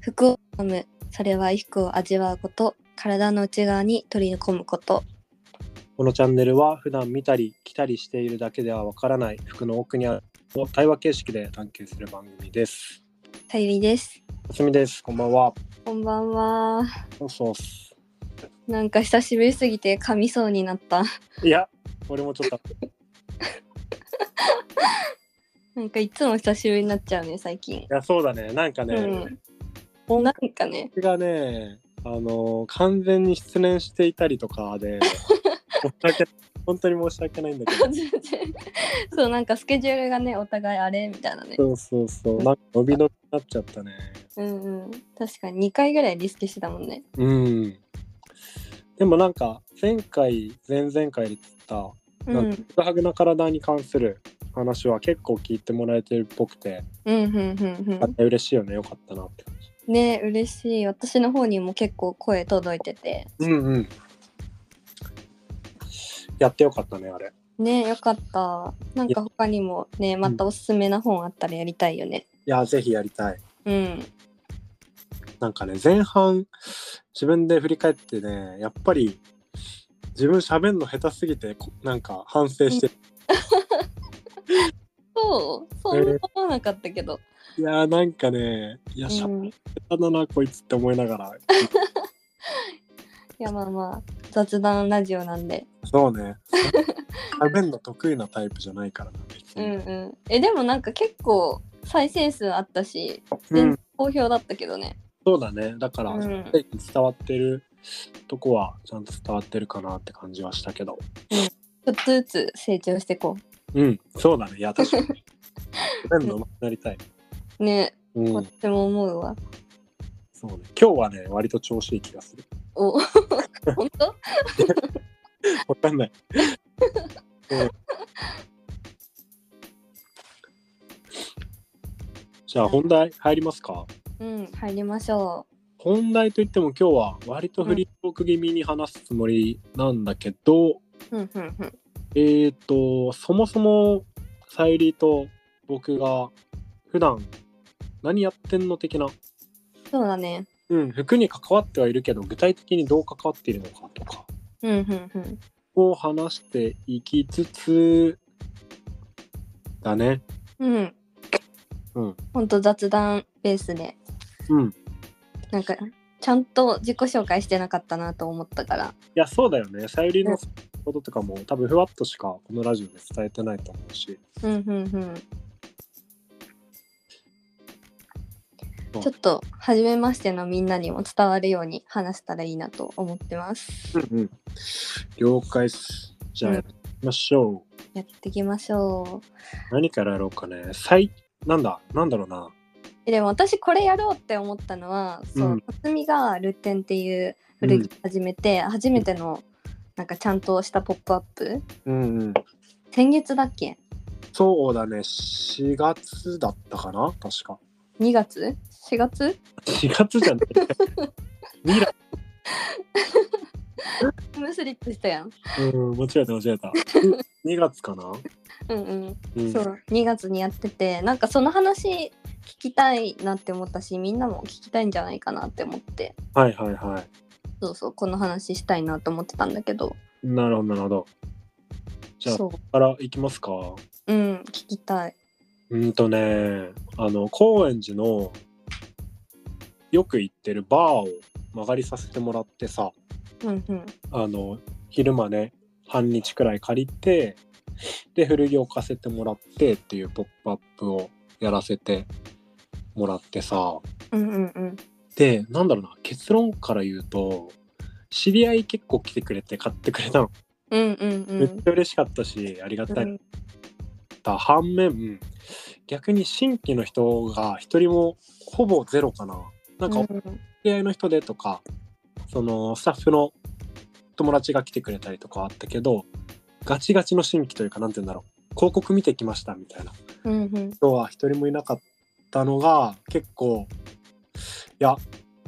服を飲むそれは衣服を味わうこと体の内側に取り込むことこのチャンネルは普段見たり着たりしているだけではわからない服の奥にあるを対話形式で探求する番組です。さゆりですおすみです。こんばんは。こんばんはそうそうっす。なんか久しぶりすぎて噛みそうになった いや、俺もちょっとなんかいつも久しぶりになっちゃうね最近いやそうだねなんかね、うんなんかね 僕がねあの完全に失恋していたりとかで申し訳本当に申し訳ないんだけど全然そうなんかスケジュールがねお互いあれみたいなねそうそうそうなんか伸び伸びになっちゃったねうんうん確かに2回ぐらいリスケしてたもんねうんでもなんか前回前々回で言ったうんうなんんかぐはぐな体に関する話は結構聞いてもらえてるっぽくて、うんうんあ嬉しいよねよかったなって感じうんね嬉しい私の方にも結構声届いててうんうんやってよかったねあれねよかったなんか他にもねまたおすすめな本あったらやりたいよねいやぜひやりたいうんなんかね前半自分で振り返ってねやっぱり自分喋んの下手すぎてこなんか反省してる、そうそんな思わなかったけど、いやーなんかねいやう喋っん、いただなこいつって思いなが らやまあまあ雑談ラジオなんでそうね喋んの得意なタイプじゃないからな別うんに、うんえでもなんか結構再生数あったしう全ん然、好評だったけどねそうだねだから、うん伝わってるとこはちゃんと伝わってるかなって感じはしたけどちょっとずつ成長してこうんそうだねいや確かに喋んの上手くなりたいうねうとっんても思うわそうね今日はね割と調子いい気がするお 本当わかんない。うんじゃあ本題入りますかうん入りましょ本題といっても今日は割とフリートーク気味に話すつもりなんだけど、ううんうんうんえっ、とそもそもさゆりと僕が普段何やってんの的な、そうだねうん、服に関わってはいるけど具体的にどう関わっているのかとかうんうんうんを話していきつつだね。うんうんほんと雑談ベースでうんなんかちゃんと自己紹介してなかったなと思ったからいや、そうだよね。さゆりうんのこととかも、多分ふわっとしかこのラジオで伝えてないと思うし。うんうんううんんちょっと初めましてのみんなにも伝わるように話したらいいなと思ってますうんうん。了解っす。じゃあ、うんやりましょう。やっていきましょう何からやろうかね。さい、なんだ、なんだろうな。えでも私これやろうって思ったのはそう、うん辰巳が「ルッテン」っていう古着始めて、初めてのなんかちゃんとした「ポップアップうんうん。先月だっけそうだね。4月だったかな確か。 2月 ?4 月4月じゃない。ミラ。ムスリップしたやん。うん、間違えた間違え た。2月かなうんうん。うん。そう、2月にやってて、なんかその話聞きたいなって思ったし、みんなも聞きたいんじゃないかなって思って、はいはいはそうそう、この話したいなと思ってたんだけど、い。なるほどなるほど。じゃあ、そここから行きますか。う、うん、聞きたい。うんとねあの高円寺のよく行ってるバーを曲がりさせてもらってさうんうん。あの昼間ね半日くらい借りてで古着を置かせてもらってっていう「ポップアップをやらせてもらってさうんうんうん。でなんだろうな結論から言うと知り合い結構来てくれて買ってくれたの、うんうんうめっん。ちゃ嬉しかったしありがたい、うんった反面逆に新規の人が一人もほぼゼロかななんかお知うんり合いの人でとか、そのスタッフの友達が来てくれたりとかはあったけどガチガチの新規というかなんて言うんだろう広告見てきましたみたいなうんうん人は一人もいなかったのが結構いや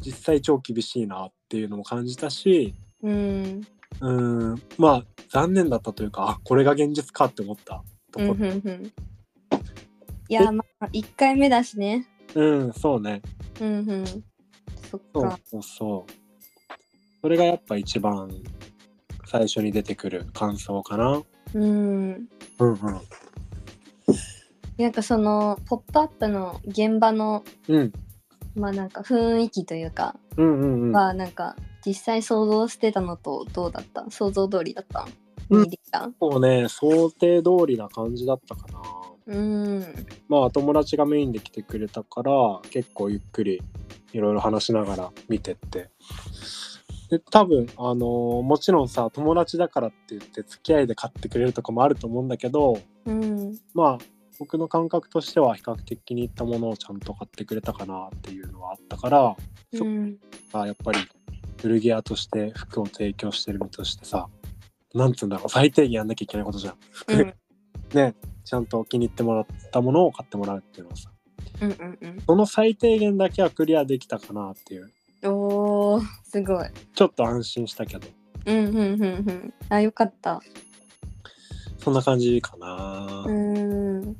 実際超厳しいなっていうのも感じたしうんうーんまあ残念だったというかあこれが現実かって思ったとうころんうん。いや、まあ、1回目だしね。うん、そうねうんうん。そっそうか。そうそう。それがやっぱ一番最初に出てくる感想かな。うん。うんうん。なんかそのポップアップの現場のうん。まあなんか雰囲気というかうんうんうん。はなんか実際想像してたのとどうだった？想像通りだった？うん見にできた？もうね、想定通りな感じだったかな。うん。まあ友達がメインで来てくれたから、結構ゆっくりいろいろ話しながら見てって。で多分あのーもちろんさ友達だからって言って付き合いで買ってくれるとかもあると思うんだけどうん。まあ僕の感覚としては比較的気に入ったものをちゃんと買ってくれたかなっていうのはあったからそうん。あやっぱり古着屋として服を提供してる身としてさなんつうんだろう最低限やんなきゃいけないことじゃん服、うん。ねちゃんと気に入ってもらったものを買ってもらうっていうのはさうんうんうんその最低限だけはクリアできたかなっていうおーすごい。ちょっと安心したけどうんうんうんうん。あよかった。そんな感じかな、うん。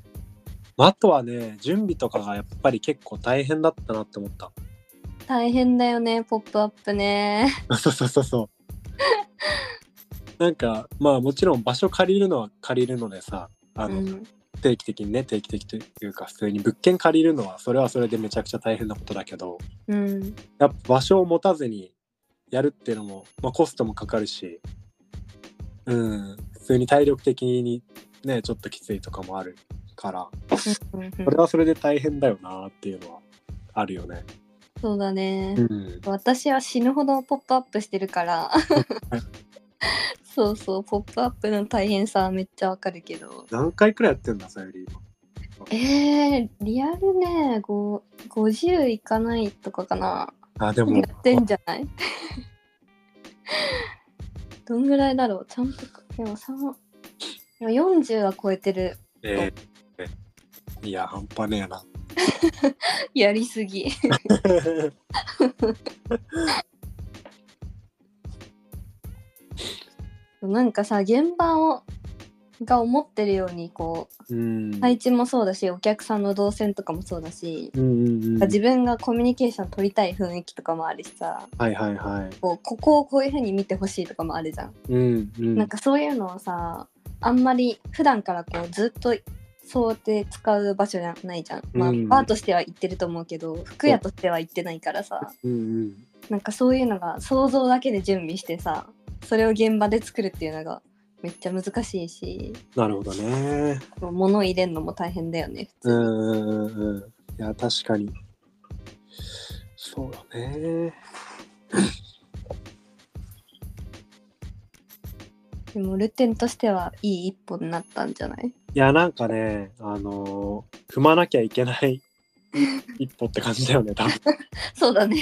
まああとはね準備とかがやっぱり結構大変だったなって思った大変だよねポップアップね。そうそうそ うそう。なんかまあもちろん場所借りるのは借りるのでさあうの、ん。定期的にね定期的というか普通に物件借りるのはそれはそれでめちゃくちゃ大変なことだけどうん。やっぱ場所を持たずにやるっていうのも、まあ、コストもかかるし、うん、普通に体力的にねちょっときついとかもあるからうんうんうんそれはそれで大変だよなっていうのはあるよね。そうだね。うん、私は死ぬほどポップアップしてるからはい。 そうそう、ポップアップの大変さはめっちゃわかるけど。何回くらいやってんださゆり今。えー、リアルね、ご50いかないとかかな。あでもやってんじゃない どんぐらいだろうちゃんと、でも3、でも40は超えてる。えーいや半端ねえな やりすぎ。なんかさ、現場を、が思ってるように、こうん、う、配置もそうだし、お客さんの動線とかもそうだし、うんうんうん、自分がコミュニケーション取りたい雰囲気とかもあるしさはいはいはこうここをこういう風に見てほしいとかもあるじゃん、いうんうんなんかそういうのをさあんまり普段からこうずっとそうやって使う場所じゃないじゃん、まあうんバーとしては行ってると思うけど服屋としては行ってないからさうんうんなんかそういうのが想像だけで準備してさそれを現場で作るっていうのがめっちゃ難しいしなるほどね物入れるのも大変だよねうんうんうんうんいや確かにそうだねでもルテンとしてはいい一歩になったんじゃないいやなんかねあのー踏まなきゃいけない 一歩って感じだよね多分そうだね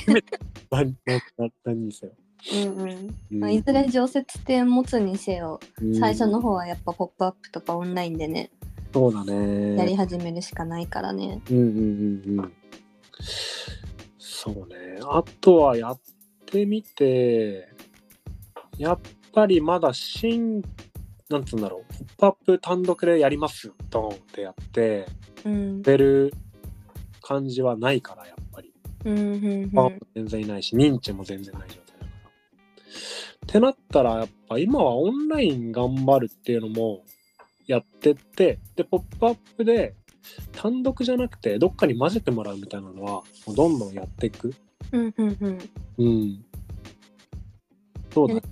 何何何何にせよ、うんうんうんまあ、いずれ常設店持つにせよ、うん最初の方はやっぱ「ポップアップとかオンラインでね、そうだやりね始めるしかないからねうんうんうんうんそうねあとはやってみてやっぱりまだ新なんつうんだろう「ポップアップ単独でやりますドンってやってうん出る感じはないからやっぱり、うんうんパワーも全然いないし認知も全然ない状態だから。ってなったらやっぱ今はオンライン頑張るっていうのもやってってで「ポップアップで単独じゃなくてどっかに混ぜてもらうみたいなのはもうどんどんやっていく。うんうんうんうんそうだね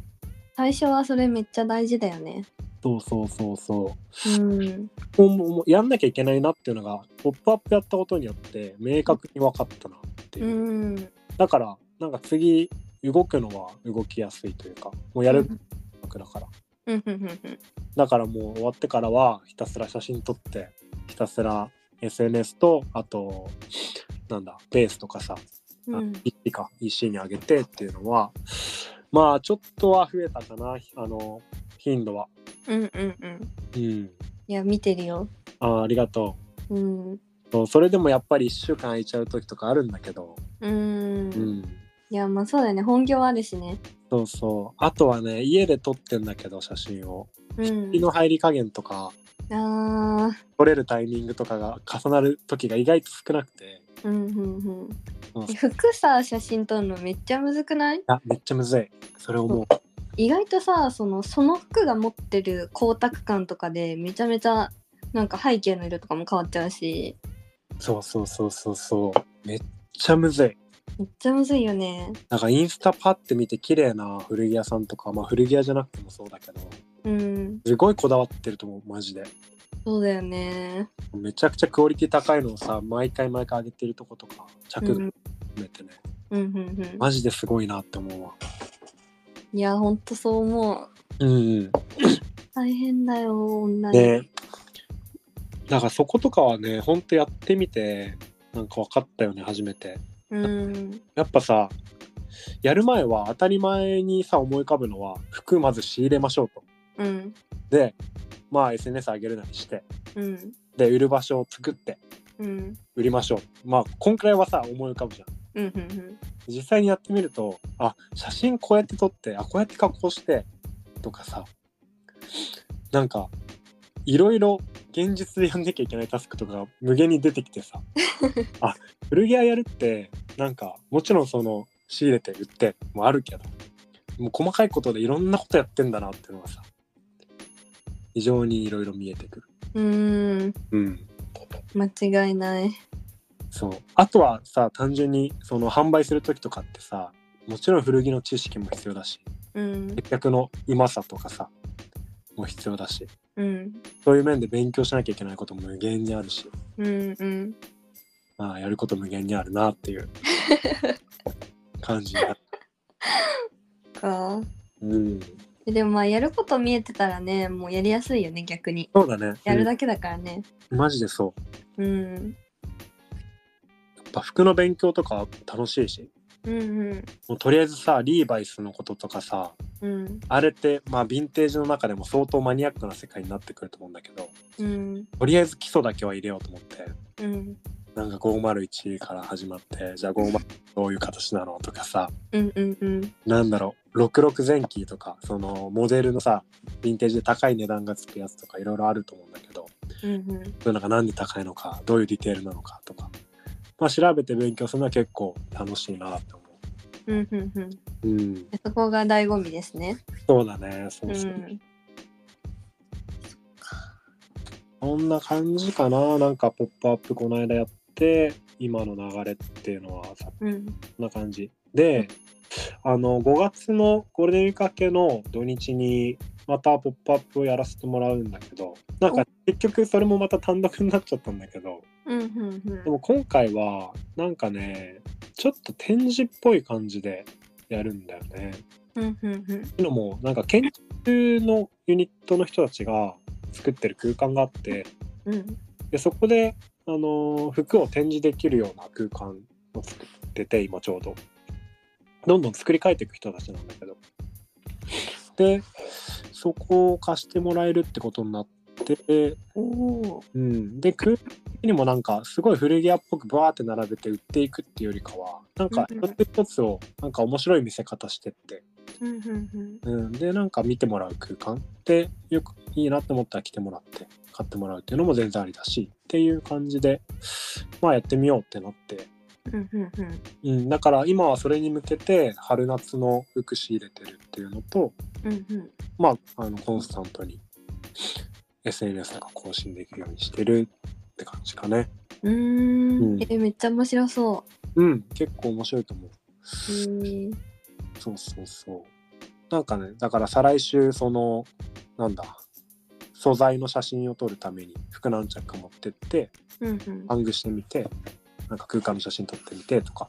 最初はそれめっちゃ大事だよねそうそうそうそう。うんもうもうもうやんなきゃいけないなっていうのが「ポップアップやったことによって明確に分かったなっていうう。んだからなんか次動くのは動きやすいというかもうやるうんわけだから、うんうんうんうんだからもう終わってからはひたすら写真撮ってひたすら SNS とあとなんだベースとかさ、うん EC か EC に上げてっていうのはまあちょっとは増えたかなあの頻度はうんうんうんうんいや見てるよあーありがとうんうそうそれでもやっぱり1週間空いちゃう時とかあるんだけどうん、うんいやまあそうだよね本業あるしねそうそうあとはね家で撮ってんだけど写真をうん日の入り加減とかあ取れるタイミングとかが重なる時が意外と少なくてーうんうんううんん。服さ写真撮るのめっちゃむずくないあめっちゃむずいそれ思う意外とさそのその服が持ってる光沢感とかでめちゃめちゃなんか背景の色とかも変わっちゃうしそうそうそうそうそうめっちゃむずいめっちゃむずいよねなんかインスタパって見て綺麗な古着屋さんとかまあ古着屋じゃなくてもそうだけどうんすごいこだわってると思うマジでそうだよねめちゃくちゃクオリティ高いのをさ毎回毎回上げてるとことか着う度ん含めてね、うんうんうマジですごいなって思うわんいやほんとそう思ううんうん大変だよ女に、ねだからそことかはねほんとやってみてなんか分かったよね初めてうんやっぱさやる前は当たり前にさ思い浮かぶのは服まず仕入れましょうとうんでまあ SNS 上げるなりしてうんで売る場所を作ってうん売りましょうまあこんくらいはさ思い浮かぶじゃうんんうんうん実際にやってみるとあ写真こうやって撮ってあこうやって加工してとかさなんかいろいろ現実でやんなきゃいけないタスクとかが無限に出てきてさあ古着屋やるってなんかもちろんその仕入れて売ってもあるけどもう細かいことでいろんなことやってんだなっていうのがさ非常にいろいろ見えてくる。うんうん間違いないそうあとはさ単純にその販売する時とかってさもちろん古着の知識も必要だしうん接客のうまさとかさも必要だしうんそういう面で勉強しなきゃいけないことも無限にあるし、うんうんまあ、やること無限にあるなっていう感じだ、かうん、でもまあやること見えてたらねもうやりやすいよね逆にそうだねやるだけだからねうんマジでそううんやっぱ服の勉強とか楽しいしうんうんもうとりあえずさリーバイスのこととかさうんあれってまあヴィンテージの中でも相当マニアックな世界になってくると思うんだけどうんとりあえず基礎だけは入れようと思ってうんなんか501から始まってじゃあ501どういう形なのとかさうんうんうんなんだろう66前期とかそのモデルのさヴィンテージで高い値段がつくやつとかいろいろあると思うんだけどうんうんそういうのがなんで高いのかどういうディテールなのかとか、まあ、調べて勉強するのは結構楽しいなって思うんうんうんううんそこが醍醐味ですねそうだねそううそう、んこんな感じかななんか「ポップアップこの間やって今の流れっていうのはさうんこんな感じで、あの5月のゴールデンウィーク明けの土日にまた「ポップアップをやらせてもらうんだけどなんか結局それもまた単独になっちゃったんだけどうんうんでも今回はなんかねちょっと展示っぽい感じでやるんだよね。うんうんうんっていうのもなんか建築のユニットの人たちが作ってる空間があってうんでそこで、あのー服を展示できるような空間を作ってて今ちょうどどんどん作り変えていく人たちなんだけどでそこを貸してもらえるってことになって、おおうん、で空間的にもなんかすごい古着屋っぽくバーって並べて売っていくっていうよりかはなんかうん一つ一つをなんか面白い見せ方してって、うんうんうんうん、でなんか見てもらう空間ってよくいいなって思ったら来てもらって買ってもらうっていうのも全然ありだしっていう感じでまあやってみようってなって、うんうんうんうん、だから今はそれに向けて春夏の服仕入れてるっていうのとうんうんまああのコンスタントに SNS とか更新できるようにしてるって感じかねうーうんんえめっちゃ面白そうん結構面白いと思ううへーそうそうそうなんかねだから再来週そのなんだ素材の写真を撮るために服何着か持ってってうんうんハングしてみてなんか空間の写真撮ってみてとか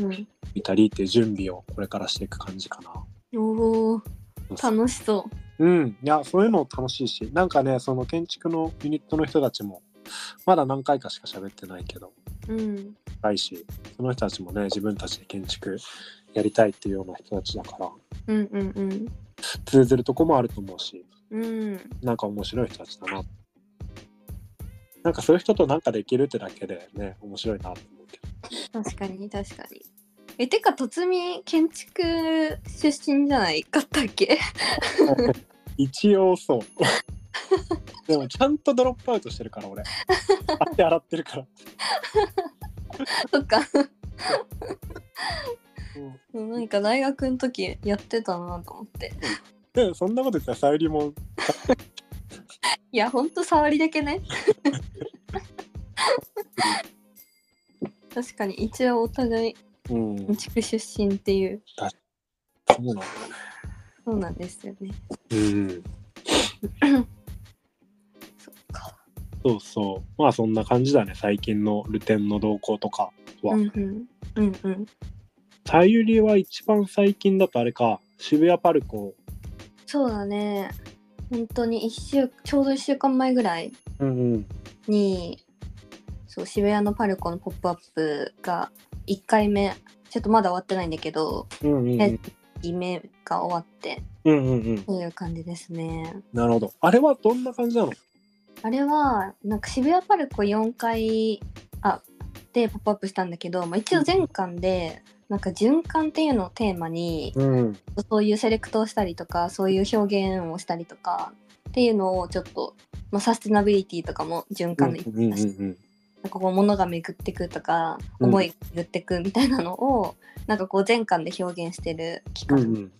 うん見たりっていう準備をこれからしていく感じかな。うんおお楽しそうん、いやそういうの楽しいしなんかねその建築のユニットの人たちもまだ何回かしか喋ってないけどううんないしその人たちもね自分たちで建築やりたいっていうような人たちだからうんうんうん通ずるとこもあると思うしうんなんか面白い人たちだな。なんかそういう人となんかできるってだけでね、面白いなって思うけど。確かに確かにえてか辰巳建築出身じゃないかったっけ一 応そう。でもちゃんとドロップアウトしてるから俺。手洗ってるから。そっか。うんなんか大学の時やってたなと思って。でそんなこと言ったらさゆりもいや、ほんと触りだけね。確かに一応お互いうん建築出身っていう。そうなんだそうなんですよね。うんそっか。そうそうまあそんな感じだね最近のルテンの動向とかはうんうん。うんうん。さゆりは一番最近だとあれか渋谷パルコそうだね。本当に一週、ちょうど1週間前ぐらいうんうんに、そう、渋谷のパルコのポップアップが1回目、ちょっとまだ終わってないんだけど、うんうんうんえ2目が終わって、うんうんうんという感じですね。なるほどあれはどんな感じなのあれは、なんか渋谷パルコ4階、あ、でポップアップしたんだけど、まあ、一応全館で、なんか循環っていうのをテーマに、うんそういうセレクトをしたりとかそういう表現をしたりとかっていうのをちょっと、まあ、サステナビリティとかも循環の一うんう環んだし、うんなんかこう物が巡ってくとかうん思いが巡ってくみたいなのを、なんかこう全巻で表現してるう企画、ん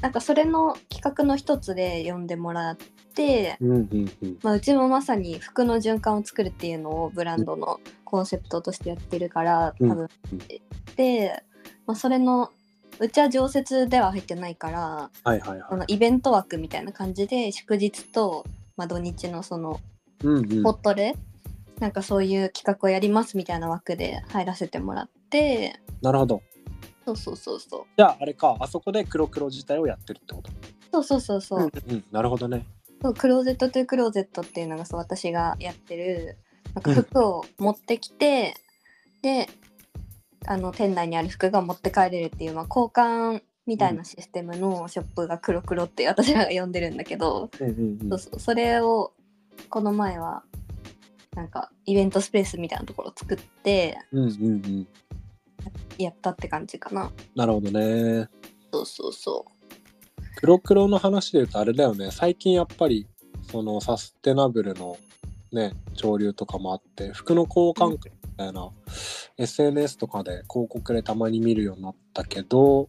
なんかそれの企画の一つで呼んでもらって、うんうんうんまあ、うちもまさに服の循環を作るっていうのをブランドのコンセプトとしてやってるから多分、うんで、まあ、それのうちは常設では入ってないからはいはいこはのイベント枠みたいな感じで祝日と、まあ、土日のそのいうんうんポットで、なんかそういう企画をやりますみたいな枠で入らせてもらってなるほどそうそうそうそうじゃああれかあそこで黒黒自体をやってるってことそうそうそうそう,、うんうんなるほどねそうクローゼットトゥクローゼットっていうのがそう私がやってるなんか服を持ってきて、であの店内にある服が持って帰れるっていう、まあ、交換みたいなシステムのショップが黒黒って私らが呼んでるんだけど、うんうんそうそうそれをこの前はなんかイベントスペースみたいなところを作ってうんうんうんやったって感じかななるほどねそうそうそ黒黒の話で言うとあれだよね最近やっぱりそのサステナブルのね潮流とかもあって服の交換会みたいな、SNS とかで広告でたまに見るようになったけど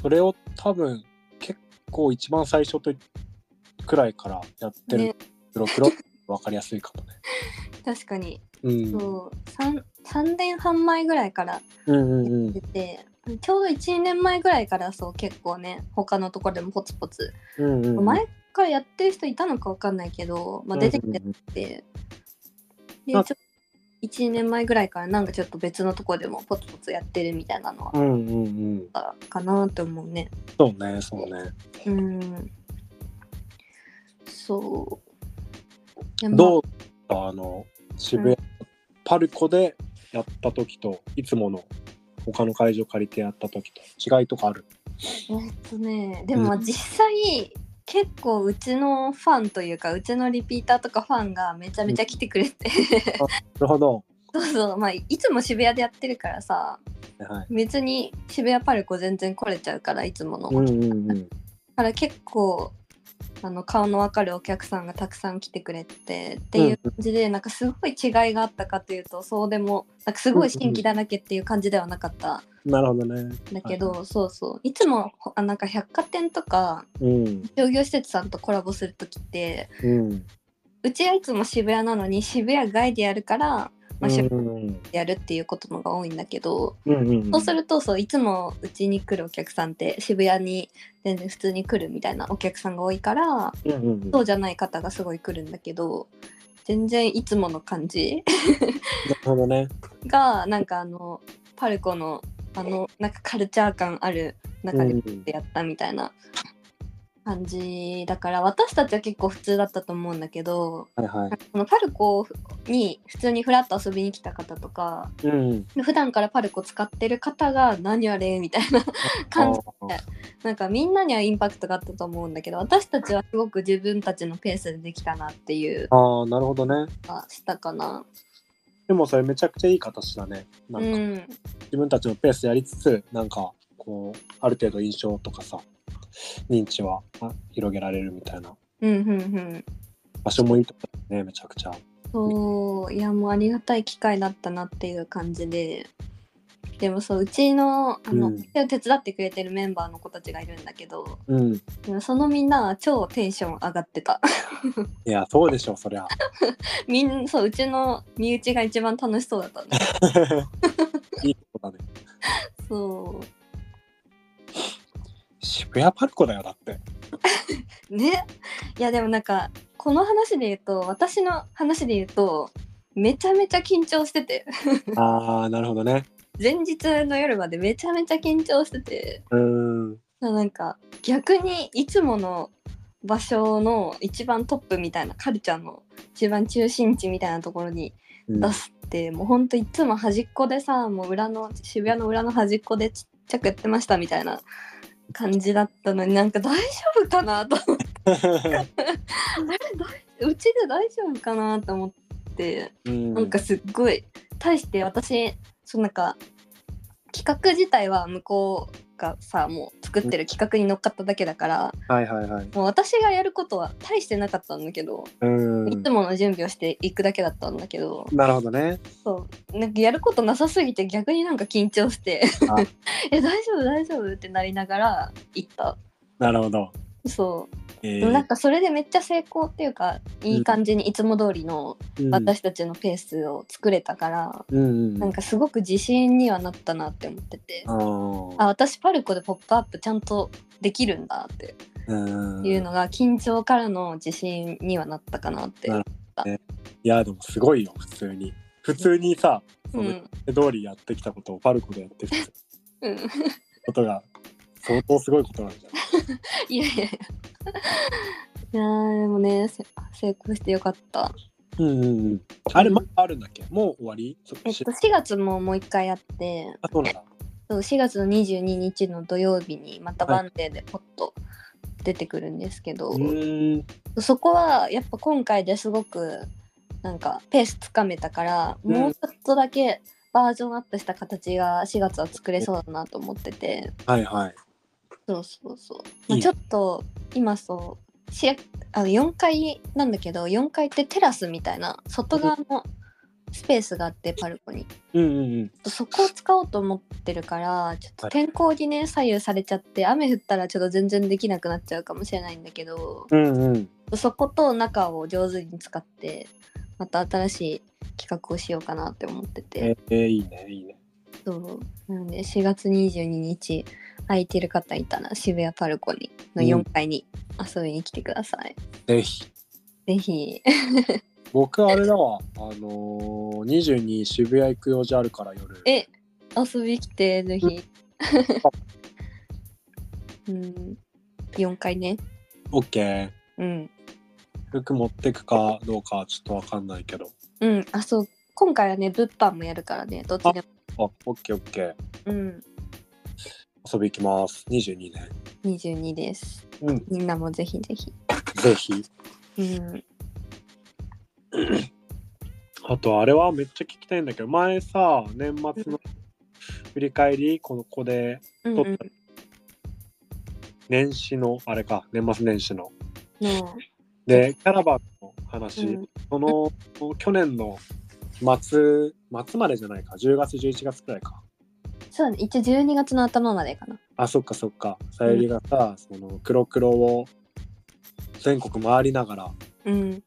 それを多分結構一番最初とくらいからやってうる、ね黒黒分かりやすいかもね。確かに、うん、そう三三年半前ぐらいからうんうんうん出て、ちょうど12年前ぐらいからそう結構ね他のところでもポツポツ、うんうんうん前からやってる人いたのかわかんないけど、まあ、出てきてって、でちょあっと12年前ぐらいからなんかちょっと別のところでもポツポツやってるみたいなのはうんうんうんあったかなって思うね。そうねそうね。うんそう。でどううあの渋谷、パルコでやった時といつもの他の会場借りてやった時と違いとかあるえっとね、でもまあ実際、結構うちのファンというかうちのリピーターとかファンがめちゃめちゃ来てくれてなるほど、そうそうまあいつも渋谷でやってるからさはい、別に渋谷パルコ全然来れちゃうからいつもの、うんだうんうんから結構あの顔のわかるお客さんがたくさん来てくれてっていう感じで、なんかすごい違いがあったかというとそうでもなんかすごい新規だらけっていう感じではなかったなるほどねだけど、そうそういつもほあなんか百貨店とかうん商業施設さんとコラボする時ってうんうちはいつも渋谷なのに渋谷外でやるから、まあ、うん渋谷うんでやるっていうことのが多いんだけど、うんうんそうするとそういつもうちに来るお客さんって渋谷に全然普通に来るみたいなお客さんが多いからうんうんうんなそうじゃない方がすごい来るんだけど全然いつもの感じるほどねがなんかあのパルコのあのなんかカルチャー感ある中でうんやったみたいな感じだから私たちは結構普通だったと思うんだけどはいはそのパルコに普通にフラッと遊びに来た方とかいうん普段からパルコ使ってる方が「何あれ?」みたいな感じあーなんかみんなにはインパクトがあったと思うんだけど私たちはすごく自分たちのペースでできたなっていうあーなるほどねのがしたかな。でもそれめちゃくちゃいい形だねなうんかん自分たちのペースでやりつつなんかこうある程度印象とかさ認知はあ広げられるみたいなうんうんうん場所もいいとこだねめちゃくちゃそういやもうありがたい機会だったなっていう感じででもそううちのあの、うん手伝ってくれてるメンバーの子たちがいるんだけどうん。いでもそのみんなは超テンション上がってた や、そうでしょ、そり ゃ。みんそううちの身内が一番楽しそうだったねいいことだね。そ渋谷パルコだよ、だって。うねいやでもなんかこの話で言うと私の話で言うとめちゃめちゃ緊張しててああ、なるほどね。前日の夜までめちゃめちゃ緊張しててうーん。なんか逆にいつもの場所の一番トップみたいなカルチャーの一番中心地みたいなところにうん出すって、もうほんといつも端っこでさもう裏の渋谷の裏の端っこでちっちゃくやってましたみたいな感じだったのになんか大丈夫かなとうちで大丈夫かなと思って うんなんかすっごい対して私そのなんか企画自体は向こうがさもう作ってる企画に乗っかっただけだから、はいはいはい。もう私がやることは大してなかったんだけど、うーいんつ。もの準備をしていくだけだったんだけどなるほどね。そうなんかやることなさすぎて逆になんか緊張してあ「 え大丈夫大丈夫?」ってなりながら行ったなるほど。そう、えでもなんーかそれでめっちゃ成功っていうかいい感じにいつも通りのうん私たちのペースを作れたから、うんうなんん。かすごく自信にはなったなって思ってて、ああー私パルコで「ポップアップちゃんとできるんだってうんいうのが緊張からの自信にはなったかなって。なるいやでもすごいよ普通に普通にさそのん通りやってきたことをパルコでやってきたうんことが相当すごいことなんじゃないいやいや いや。いやーでもねせ成功してよかった。うんうんうんあれまだあるんだっけもう終わりそえっと4月ももう一回やってあそうなんだそう4月の22日の土曜日にまたバンデーでポッと出てくるんですけど、うーんそこはやっぱ今回ですごくなんかペースつかめたから、うんもうちょっとだけバージョンアップした形が4月は作れそうだなと思っててはいはいそうそうそう、まあいいちょっと今そうしあの4階なんだけど4階ってテラスみたいな外側のスペースがあってパルコにうんうんうんそこを使おうと思ってるからちょっと天候にね左右されちゃって雨降ったらちょっと全然できなくなっちゃうかもしれないんだけどうんうんそこと中を上手に使ってまた新しい企画をしようかなって思ってえて、ー、いいねいいねそうなので4月22日空いてる方いたら渋谷パルコにのうん4階に遊びに来てください、ぜひぜ ひ僕あれだわあのー、22渋谷行く用事あるから夜え遊び来てぜひ うん4階ねオッケーうん服持ってくかどうかちょっとわかんないけどうん、あ、そう、今回はね、物販もやるからね、どっちでも。あオッケーオッケーうん、遊び行きます22年22です。うんみんなもぜひぜひ。ぜひうん、あとあれはめっちゃ聞きたいんだけど前さ年末の振り返りこの子でうん、うん、年始のあれか年末年始のねでキャラバンの話、うんその去年の末末までじゃないか10月11月くらいかえそうだね、一応12月の頭までかな。あそっかそっかさゆりがさ、その黒黒を全国回りながらうん、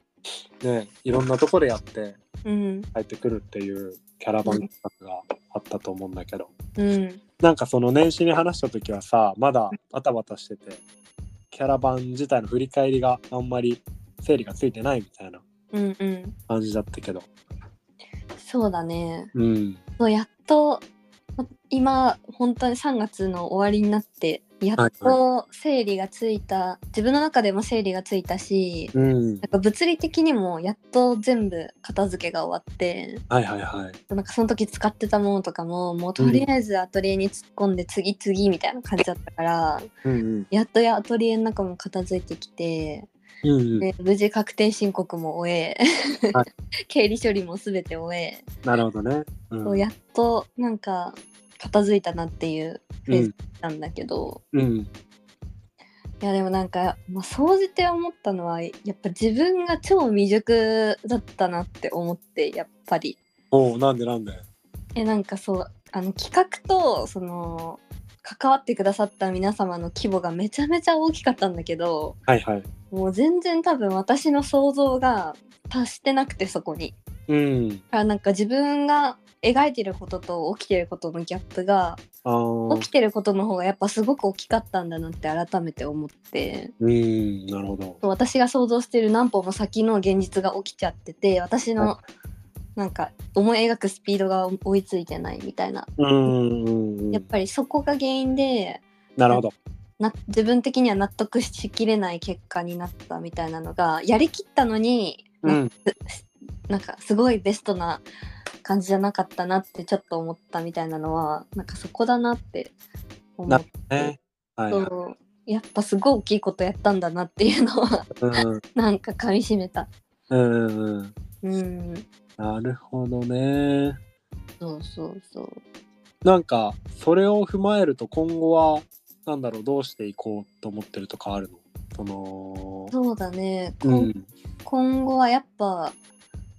ねいろんなとこでやってうん、帰ってくるっていうキャラバン企画があったと思うんだけど、うん、なんかその年始に話した時はさまだバタバタしててキャラバン自体の振り返りがあんまり整理がついてないみたいなうん、うん。感じだったけどそうだね。うんそう、やっと、ま今、本当に3月の終わりになって、やっと整理がついた、自分の中でも整理がついたし、うんなんか物理的にもやっと全部片付けが終わって、はいはいはいなんかその時使ってたものとかももうとりあえずアトリエに突っ込んで次々みたいな感じだったから、うんやっとやアトリエの中も片付いてきて、うんうんうんで無事確定申告も終え、は 経理処理も全て終え、なるほどねうそうやっとなんか片付いたなっていうフェーズんなんだけど、うんいやでもなんか、まあ、総じて思ったのはやっぱ自分が超未熟だったなって思ってやっぱりおうなんでなんでえなんかそうあの企画とその関わってくださった皆様の規模がめちゃめちゃ大きかったんだけどはいはいもう全然多分私の想像が達してなくてそこに。うんだからなんか自分が描いてることと起きてることのギャップがあー起きてることの方がやっぱすごく大きかったんだなって改めて思って。うんなるほど私が想像している何歩も先の現実が起きちゃってて私のなんか思い描くスピードが追いついてないみたいなうんうんうんやっぱりそこが原因でなるほどな自分的には納得しきれない結果になったみたいなのがやりきったのに、うなんんなんかすごいベストな感じじゃなかったなってちょっと思ったみたいなのはなんかそこだなって思なうねはいはいとやっぱすごい大きいことやったんだなっていうの はうんなんか噛みしめた。うんうんうんうんなるほどねそうそうそう。なんかそれを踏まえると今後はなんだろうどうしていこうと思ってるとかあるのそのそうだね。こうんん今後はやっぱ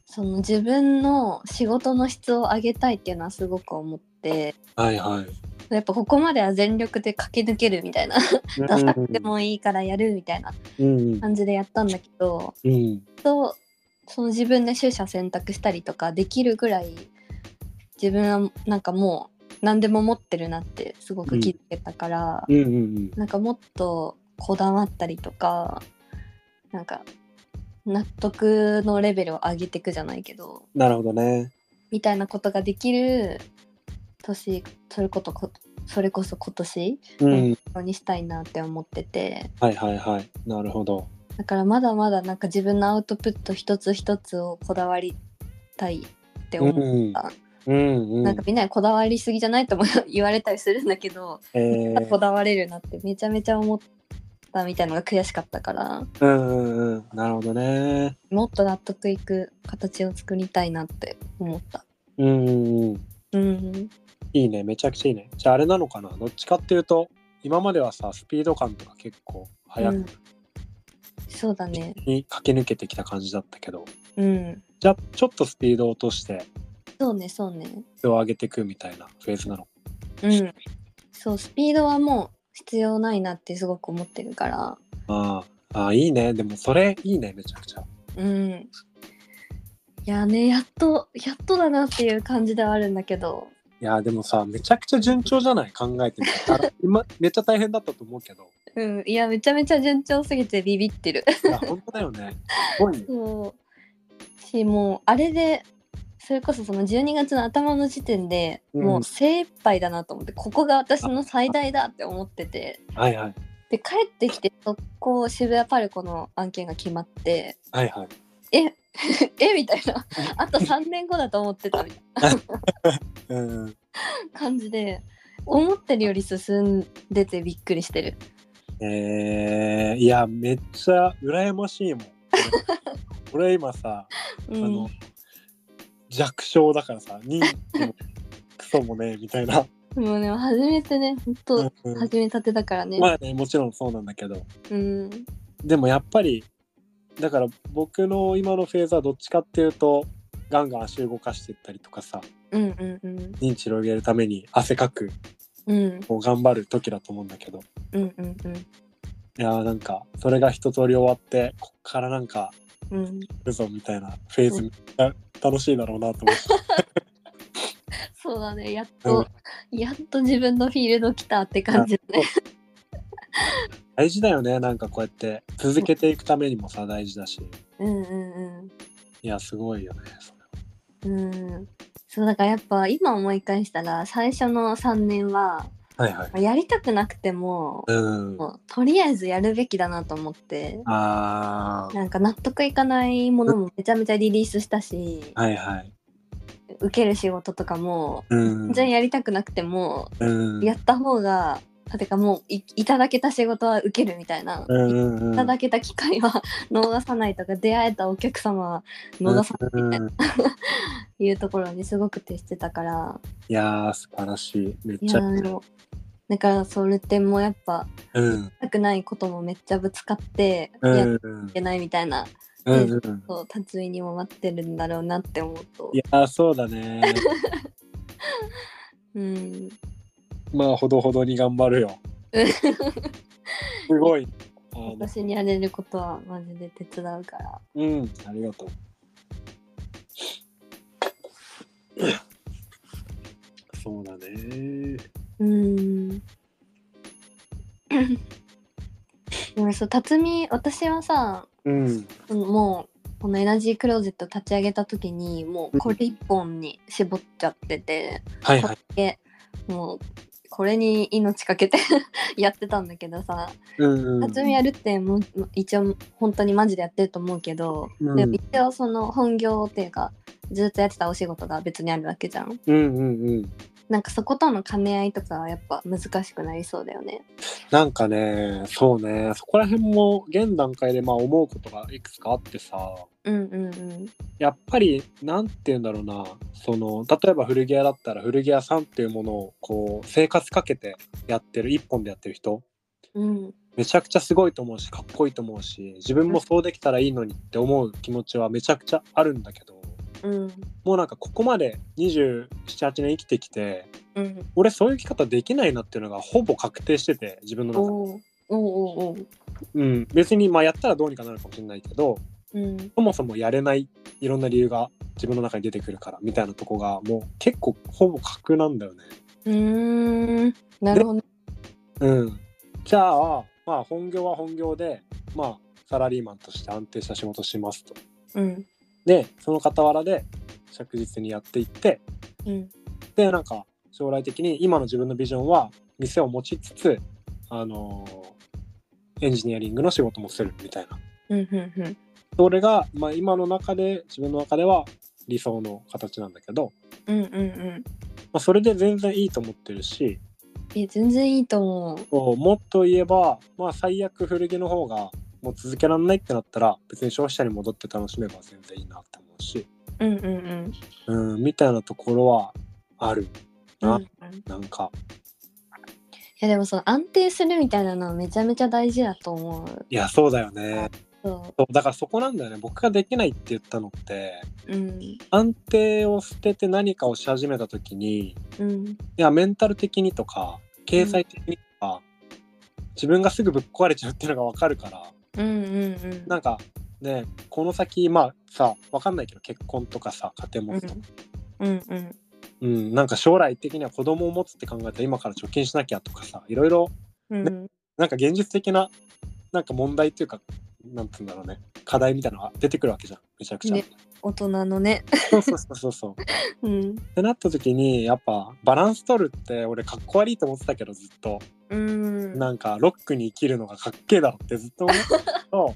その自分の仕事の質を上げたいっていうのはすごく思って、はいはいやっぱここまでは全力で駆け抜けるみたいな、 出したくてもいいからやるみたいなうん感じでやったんだけど、うんとその自分で取捨選択したりとかできるぐらい自分はなんかもう何でも持ってるなってすごく気づけたから。うんうんうんなんかもっとこだわったりとかなんか納得のレベルを上げていくじゃないけどなるほどねみたいなことができる年それこそこそれこそ今年うんにしたいなって思っててはいはいはいなるほどだからまだまだなんか自分のアウトプット一つ一つをこだわりたいってうん思う、うんたうんなんかみんなにこだわりすぎじゃないとも 言われたりするんだけど、えーこだわれるなってめちゃめちゃ思ったみたいのが悔しかったから。うんうんうんなるほどねもっと納得いく形を作りたいなって思った。うんうんうんうん、いいねめちゃくちゃいいねじゃああれなのかなどっちかっていうと今まではさスピード感とか結構速うくんそうだね。に駆け抜けてきた感じだったけど、うん、じゃあちょっとスピードを落としてそうね、そうね。質を上げていくみたいなフェーズなの。うん、そう、スピードはもう必要ないなってすごく思ってるから。あーあー、いいね。でもそれいいね、めちゃくちゃ。うん。いやね、やっと、やっとだなっていう感じではあるんだけど。いやー、でもさ、めちゃくちゃ順調じゃない考えてみたらあ今めっちゃ大変だったと思うけど。うん、いや、めちゃめちゃ順調すぎてビビってる。いや、本当だよね。すごいね。そう。し、もう、あれで。それこそその12月の頭の時点で、うんもう精一杯だなと思ってここが私の最大だって思っててはいはい。で帰ってきて速攻渋谷パルコの案件が決まってはいはい。え えみたいなあと3年後だと思ってたみたいうん。な感じで思ってるより進んでてびっくりしてるえー、いや、めっちゃ羨ましいもん。俺俺今さ、うあのん、弱小だからさ、人気もクソもね、みたいな。もうね初めてね本当うん初めたてだからね、まあね、もちろんそうなんだけど。うんでもやっぱりだから僕の今のフェーズはどっちかっていうとガンガン足動かしていったりとかさうんうんうん認知を広げるために汗かくうんこう頑張る時だと思うんだけどうんうんうんいやーなんかそれが一通り終わってこっからなんかうん、来るぞみたいなフェーズめっちゃ楽しいだろうなと思ってそうだねやっと、やっと自分のフィールド来たって感じだね大事だよねなんかこうやって続けていくためにもさ大事だしうんうんうんいやすごいよねそれうんそうだからやっぱ今思い返したら最初の3年ははいはまいあやりたくなくてもうんもうとりあえずやるべきだなと思ってあーなんか納得いかないものもめちゃめちゃリリースしたしはいはい受ける仕事とかもうん全然やりたくなくてもうんやった方がてかもういいただけた仕事は受けるみたいな。うんいうんうんただけた機会は 逃さないとか出会えたお客様は逃さないみたいなうんいうところにすごく徹してたからいやー素晴らしいめっいちやゃーでもだからそれってもうやっぱうん。したくないこともめっちゃぶつかって、うんやっうんてないみたいなうんうん。そう達人にも待ってるんだろうなって思うといやー、そうだね。 うんまあ、ほどほどに頑張るよ。うんすごい。あの私にやれることはマジで手伝うからうん、ありがとう。 そうだね。うん。でもそう辰巳私はさうん。もうこのエナジークローゼット立ち上げた時にもうこれ一本に絞っちゃってて、はいはい。でもうこれに命かけて やってたんだけどさうん、うん。辰巳やるってもう一応本当にマジでやってると思うけど、うんでも一応その本業っていうかずっとやってたお仕事が別にあるわけじゃんうんうんうん。なんかそことの兼ね合いとかはやっぱ難しくなりそうだよねなんかね、そうね、そこら辺も現段階でまあ思うことがいくつかあってさ、うんうんうんやっぱり、なんて言うんだろうな、その、例えば古着屋だったら古着屋さんっていうものをこう、生活かけてやってる、一本でやってる人、うんめちゃくちゃすごいと思うしかっこいいと思うし自分もそうできたらいいのにって思う気持ちはめちゃくちゃあるんだけどうんもうなんかここまで278年生きてきてうん俺そういう生き方できないなっていうのがほぼ確定してて自分の中で、おーおおおーうん、別にまあやったらどうにかなるかもしれないけどうんそもそもやれないいろんな理由が自分の中に出てくるからみたいなとこがもう結構ほぼ確なんだよね。うーんなるほどうん、じゃあまあ本業は本業でまあサラリーマンとして安定した仕事しますと。うんでその傍らで着実にやっていってうんでなんか将来的に今の自分のビジョンは店を持ちつつあのーエンジニアリングの仕事もするみたいなうんうんうんそれが、まあ、今の中で自分の中では理想の形なんだけど、うんうんうんまあ、それで全然いいと思ってるしえ全然いいと思うこうもっと言えば、まあ、最悪古着の方がもう続けられないってなったら別に消費者に戻って楽しめば全然いいなって思うし、うんうんうんうん、みたいなところはあるうんな、うんいなんかやでもその安定するみたいなのはめちゃめちゃ大事だと思ういやそうだよねそそうだからそこなんだよね僕ができないって言ったのってううん安定を捨てて何かをし始めた時にいうんやメンタル的にとか経済的にとか、自分がすぐぶっ壊れちゃうっていうのが分かるからうんうんうんなんかねこの先まあさ分かんないけど結婚とかさ家庭持つとか、うんうんうんなんか将来的には子供を持つって考えたら今から貯金しなきゃとかさいろいろうんなんか現実的ななんか問題っていうかなんつうんだろうね課題みたいなのが出てくるわけじゃんめちゃくちゃ。ね大人のねそうそうそうそうそう。うんってなった時にやっぱバランス取るって俺かっこ悪いと思ってたけどずっとうんなんかロックに生きるのがかっけえだろってずっと思ってたけど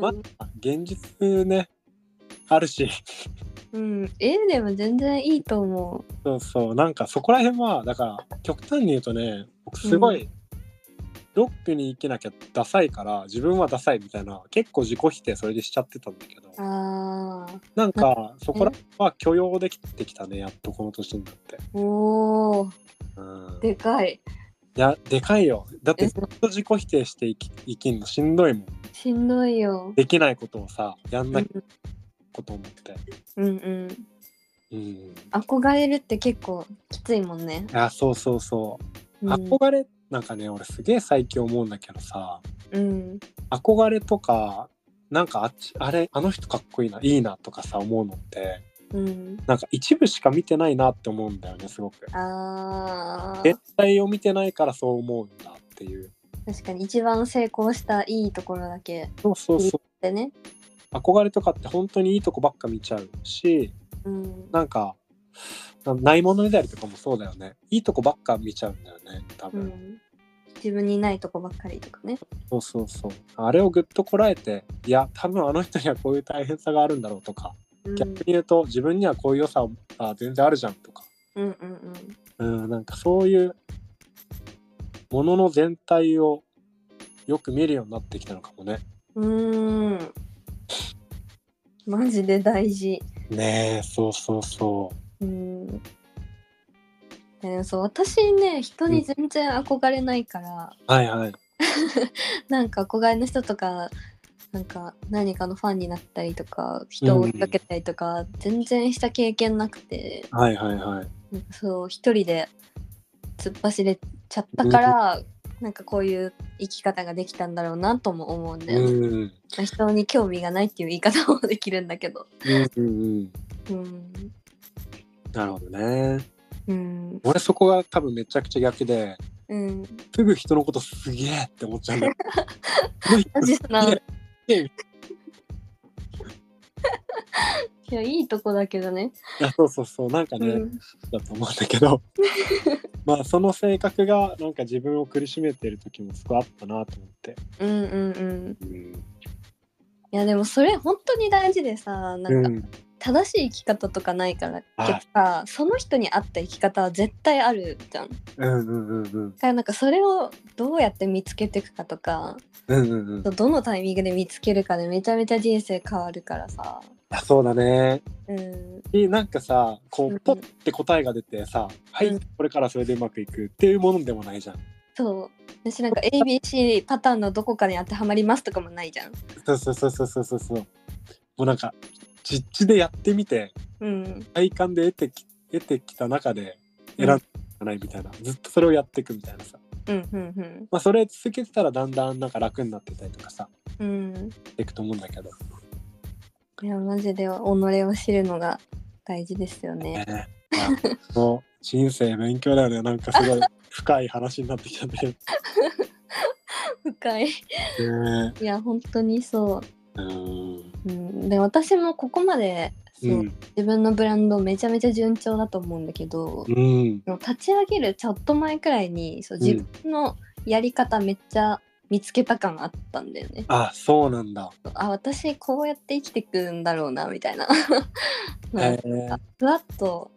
まあ現実ねあるしうん、えでも全然いいと思そうそうなんかそこら辺はだから極端に言うとね僕すごい、ロックに生きなきゃダサいから自分はダサいみたいな結構自己否定それでしちゃってたんだけどうあなんかそこら辺は許容できてきたねやっとこの年になって。ーおおうんでかいいや、でかいよ。だってえずっと自己否定して生き生きんのしんどいもん。しんどいよできないことをさ、やんうなんいこと思って。うんうんうん。憧れるって結構きついもんねあ、そうそうそうう。ん憧れ、なんかね、俺すげえ最近思うんだけどさ、うん憧れとか、なんかあっち、あれ、あの人かっこいいな、いいなとかさ、思うのって、うんなんか一部しか見てないなって思うんだよね、すごく。あー全体を見てないからそう思うんだっていう。確かに一番成功したいいところだけそうそうそう。でね憧れとかって本当にいいとこばっか見ちゃうし、うんなんか、なないものねだりとかもそうだよね。いいとこばっか見ちゃうんだよね、多う分。ん自分にないとこばっかりとかねそうそうそう。あれをぐっとこらえて、いや、多分あの人にはこういう大変さがあるんだろうとか、うん逆に言うと、自分にはこういう良さが全然あるじゃんとか、うんうんうんうん、なんかそういうものの全体をよく見るようになってきたのかもね。うーんマジで大事ねえ、そうそうそう。うんねそう私ね人に全然憧れないから、はいはい。なんか憧れの人とかなんか何かのファンになったりとか人を追いかけたりとか、全然した経験なくてはいはいはい。なんかそう一人で突っ走れちゃったから、なんかこういう生き方ができたんだろうなとも思うんだよね、うん。まあ人に興味がないっていう言い方もできるんだけどうんうんううん。んなるほどね。うん俺そこが多分めちゃくちゃ逆で、うんすぐ人のことすげえって思っ ちゃうんだよ。マジなのいやい いやいいとこだけどね、いやそうそうそうなんかうね、ん、だと思うんだけど まあその性格がなんか自分を苦しめてる時もすごいあったなと思って。うんうんうんうん。いやでもそれ本当に大事でさなんか正しい生き方とかないからあけどさその人に合った生き方は絶対あるじゃん。だかうんうんうんうんらなんかそれをどうやって見つけていくかとかうんうんうん。どのタイミングで見つけるかでめちゃめちゃ人生変わるからさ。あそうだね。うんでなんかさこうんうポッて答えが出てさ、はういんこれからそれでうまくいくっていうものでもないじゃん。そう私なんか ABC パターンのどこかに当てはまりますとかもないじゃん。そうそうそうそうそうそうそう。もうなんか実地でやってみてうん、体感で得てき得てきた中で選んでいかないみたいな、ずっとそれをやっていくみたいなさ。うんうんまあそれ続けてたらだんだんなんか楽になってたりとかさうんうん。していくと思うんだけど。いやマジで己を知るのが大事ですよね。ねいやもう人生勉強だよねなん かすごい深い話になってきたんだけど。深い。 ねいや本当にそうーんう。うん、で私もここまでそう、うん自分のブランドめちゃめちゃ順調だと思うんだけど、うん立ち上げるちょっと前くらいにそううん自分のやり方めっちゃ見つけた感あったんだよね。あそうなんだ。あ私こうやって生きてくんだろうなみた いな。なんえかふわっと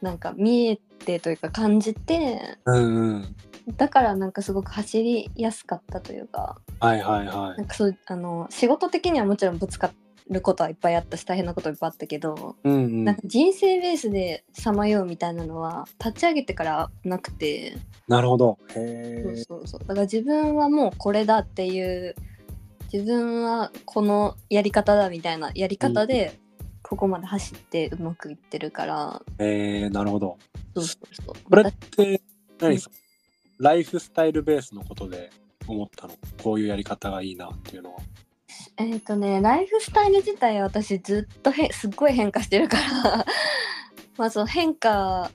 なんか見えてというか感じてうんうん。だからなんかすごく走りやすかったというかはいはいは。ないんかそうあの仕事的にはもちろんぶつかることはいっぱいあったし大変なこといっぱいあったけど、うんうん。なんか人生ベースでさまようみたいなのは立ち上げてからなくて、なるほど。へそうえ。そうそうだから自分はもうこれだっていう自分はこのやり方だみたいなやり方でここまで走ってうまくいってるから、えー、なるほど。そうそうそうこれっ私て何、うんライフスタイルベースのことで思ったのこういうやり方がいいなっていうのは。えっ、とねライフスタイル自体私ずっとへすっごい変化してるから まあその変化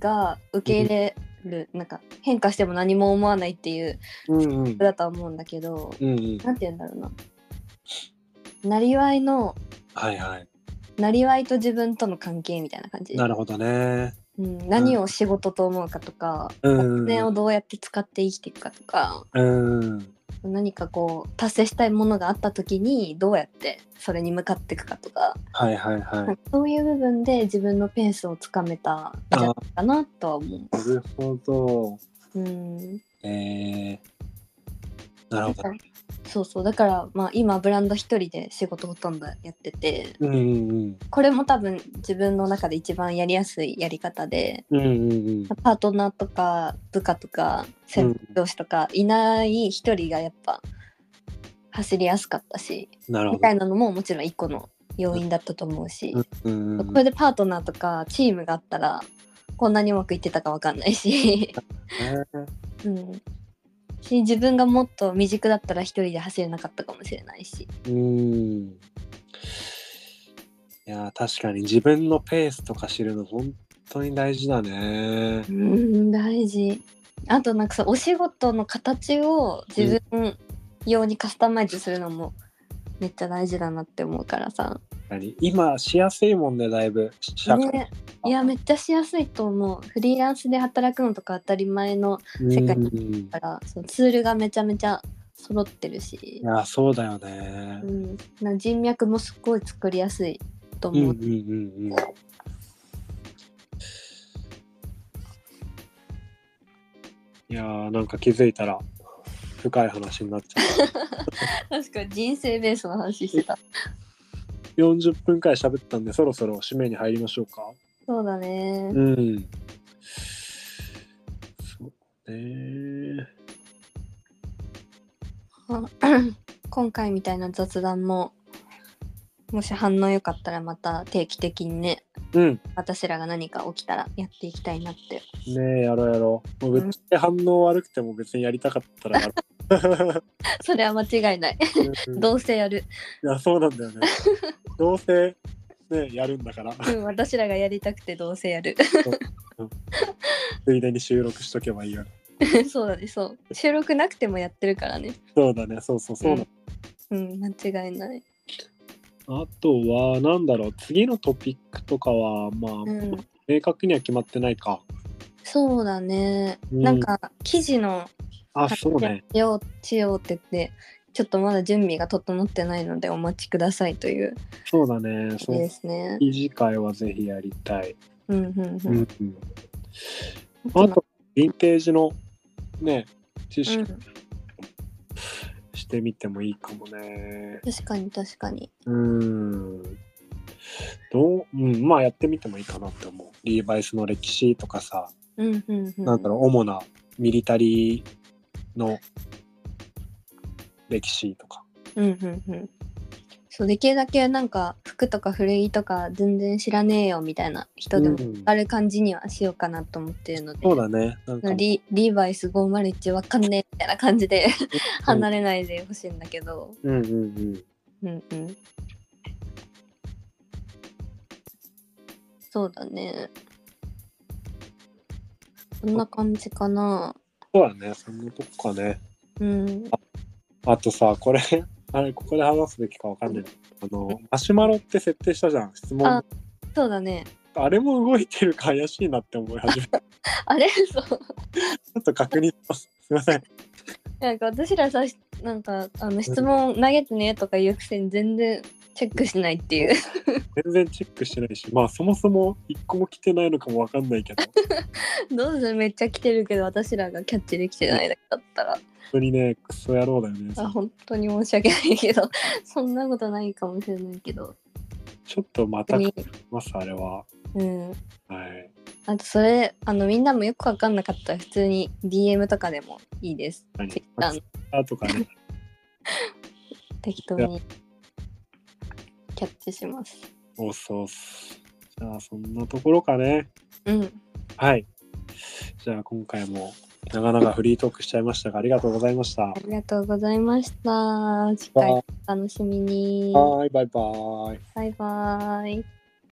が受け入れる、なんか変化しても何も思わないっていううんうん。だとは思うんだけど、うんうん。なんて言うんだろうな。なりわいの、はいはい。なりわいと自分との関係みたいな感じ。なるほどね。うん、何を仕事と思うかとか、うんう年をん。どうやって使って生きていくかとか、うん。何かこう、達成したいものがあった時に、どうやってそれに向かっていくかとか、はいはいはいなん。かそういう部分で自分のペースをつかめたんじゃないかなとは思なるほど。う。うん。えー、なるほど。そうそう。だから、まあ今、ブランド一人で仕事ほとんどやってて、うんうんこれも多分自分の中で一番やりやすいやり方でうん。うんうんパートナーとか部下とか先輩同士とかいない一人がやっぱ走りやすかったしうん。なるほみどた。いなのももちろん一個の要因だったと思うし、うんうんこれでパートナーとかチームがあったらこんなにうまくいってたかわかんないし、うん、し自分がもっと未熟だったら一人で走れなかったかもしれないし。うん。いやー、確かに自分のペースとか知るの本当に大事だねう。ん大事あとなんかさお仕事の形を自分用にカスタマイズするのもめっちゃ大事だなって思うからさ、確かに今しやすいもんね、だいぶ。社会ね、いやめっちゃしやすいと思うフリーランスで働くのとか当たり前の世界うんだからそのツールがめちゃめちゃ揃ってるしい、や、そうだよねう。ん、な人脈もすごい作りやすいとうん思うう、んうんうん。いやーなんか気づいたら深い話になっちゃった。 確かに人生ベースの話してた40分くらい喋ったんでそろそろ締めに入りましょうかそうだね。うん。そうね。あ 今回みたいな雑談ももし反応良かったらまた定期的にねうん。私らが何か起きたらやっていきたいなってねえ、やろうやろう。もうぶっちゃけ反応悪くても別にやりたかったらやろ それは間違いない う。うんどうせやるいや、そうなんだよね。どうせ、ね、やるんだから、うん私らがやりたくてどうせやるついでに収録しとけばいいよね。そう だねそう収録なくてもやってるからねそうだね、そうそうそうだ、うん間違いないあとは、なんだろう、次のトピックとかは、まあ、うん明確には決まってないか。そうだね、うんなんか記事のあ、そうね。しようしようって言ってちょっとまだ準備が整ってないのでお待ちくださいというそうだね。そうで。すね記事会はぜひやりたい。うんうんううんん。あと、ヴィンテージの、ね、知う識んしてみてもいいかもね。確かに確かにうん。どう、うん、まあやってみてもいいかなって思う。リーバイスの歴史とかさ、うんうんうんなんだろう、主なミリタリーの歴史とか。うんうんうんそうできるだけなんか服とか古着とか全然知らねえよみたいな人でもうんある感じにはしようかなと思ってるので、そうだね。なんか、リリーバイス501わかんねえみたいな感じで離れ。れないでほしいんだけど、うんうんうん。うんうん、そうだねそんな感じかなそうだね。そんなとこかね。うんあとさ、これ、 あれ、ここで話すべきかわかんない。あの、マシュマロって設定したじゃん、質問。ああそうだねれも動いてるか怪しいなって思い始めた。ち あれ そうょっと確認します。 すいません。なんか私らさしなんかあの質問投げてねとか言うくせに全然チェックしないって いう全然チェックしてないし、まあそもそも一個も来てないのかもわかんないけど、本どうせめっちゃ来てるけど私らがキャッチできてないだけだったら当にね、クソ野郎だよね。あ本当に申し訳ないけど そんなことないかもしれないけどちょっとまた本書当きます、あれは。にうんはい。あとそれあのみんなもよくわかんなかったら普通に DM とかでもいいです何 Twitter のあとかね、適当にキャッチしますおっそうっす。じゃあそんなところかね。うんはい。じゃあ今回も長々フリートークしちゃいましたが、ありがとうございました。ありがとうございました次回お楽しみにはい、バイバイ。バイバーイ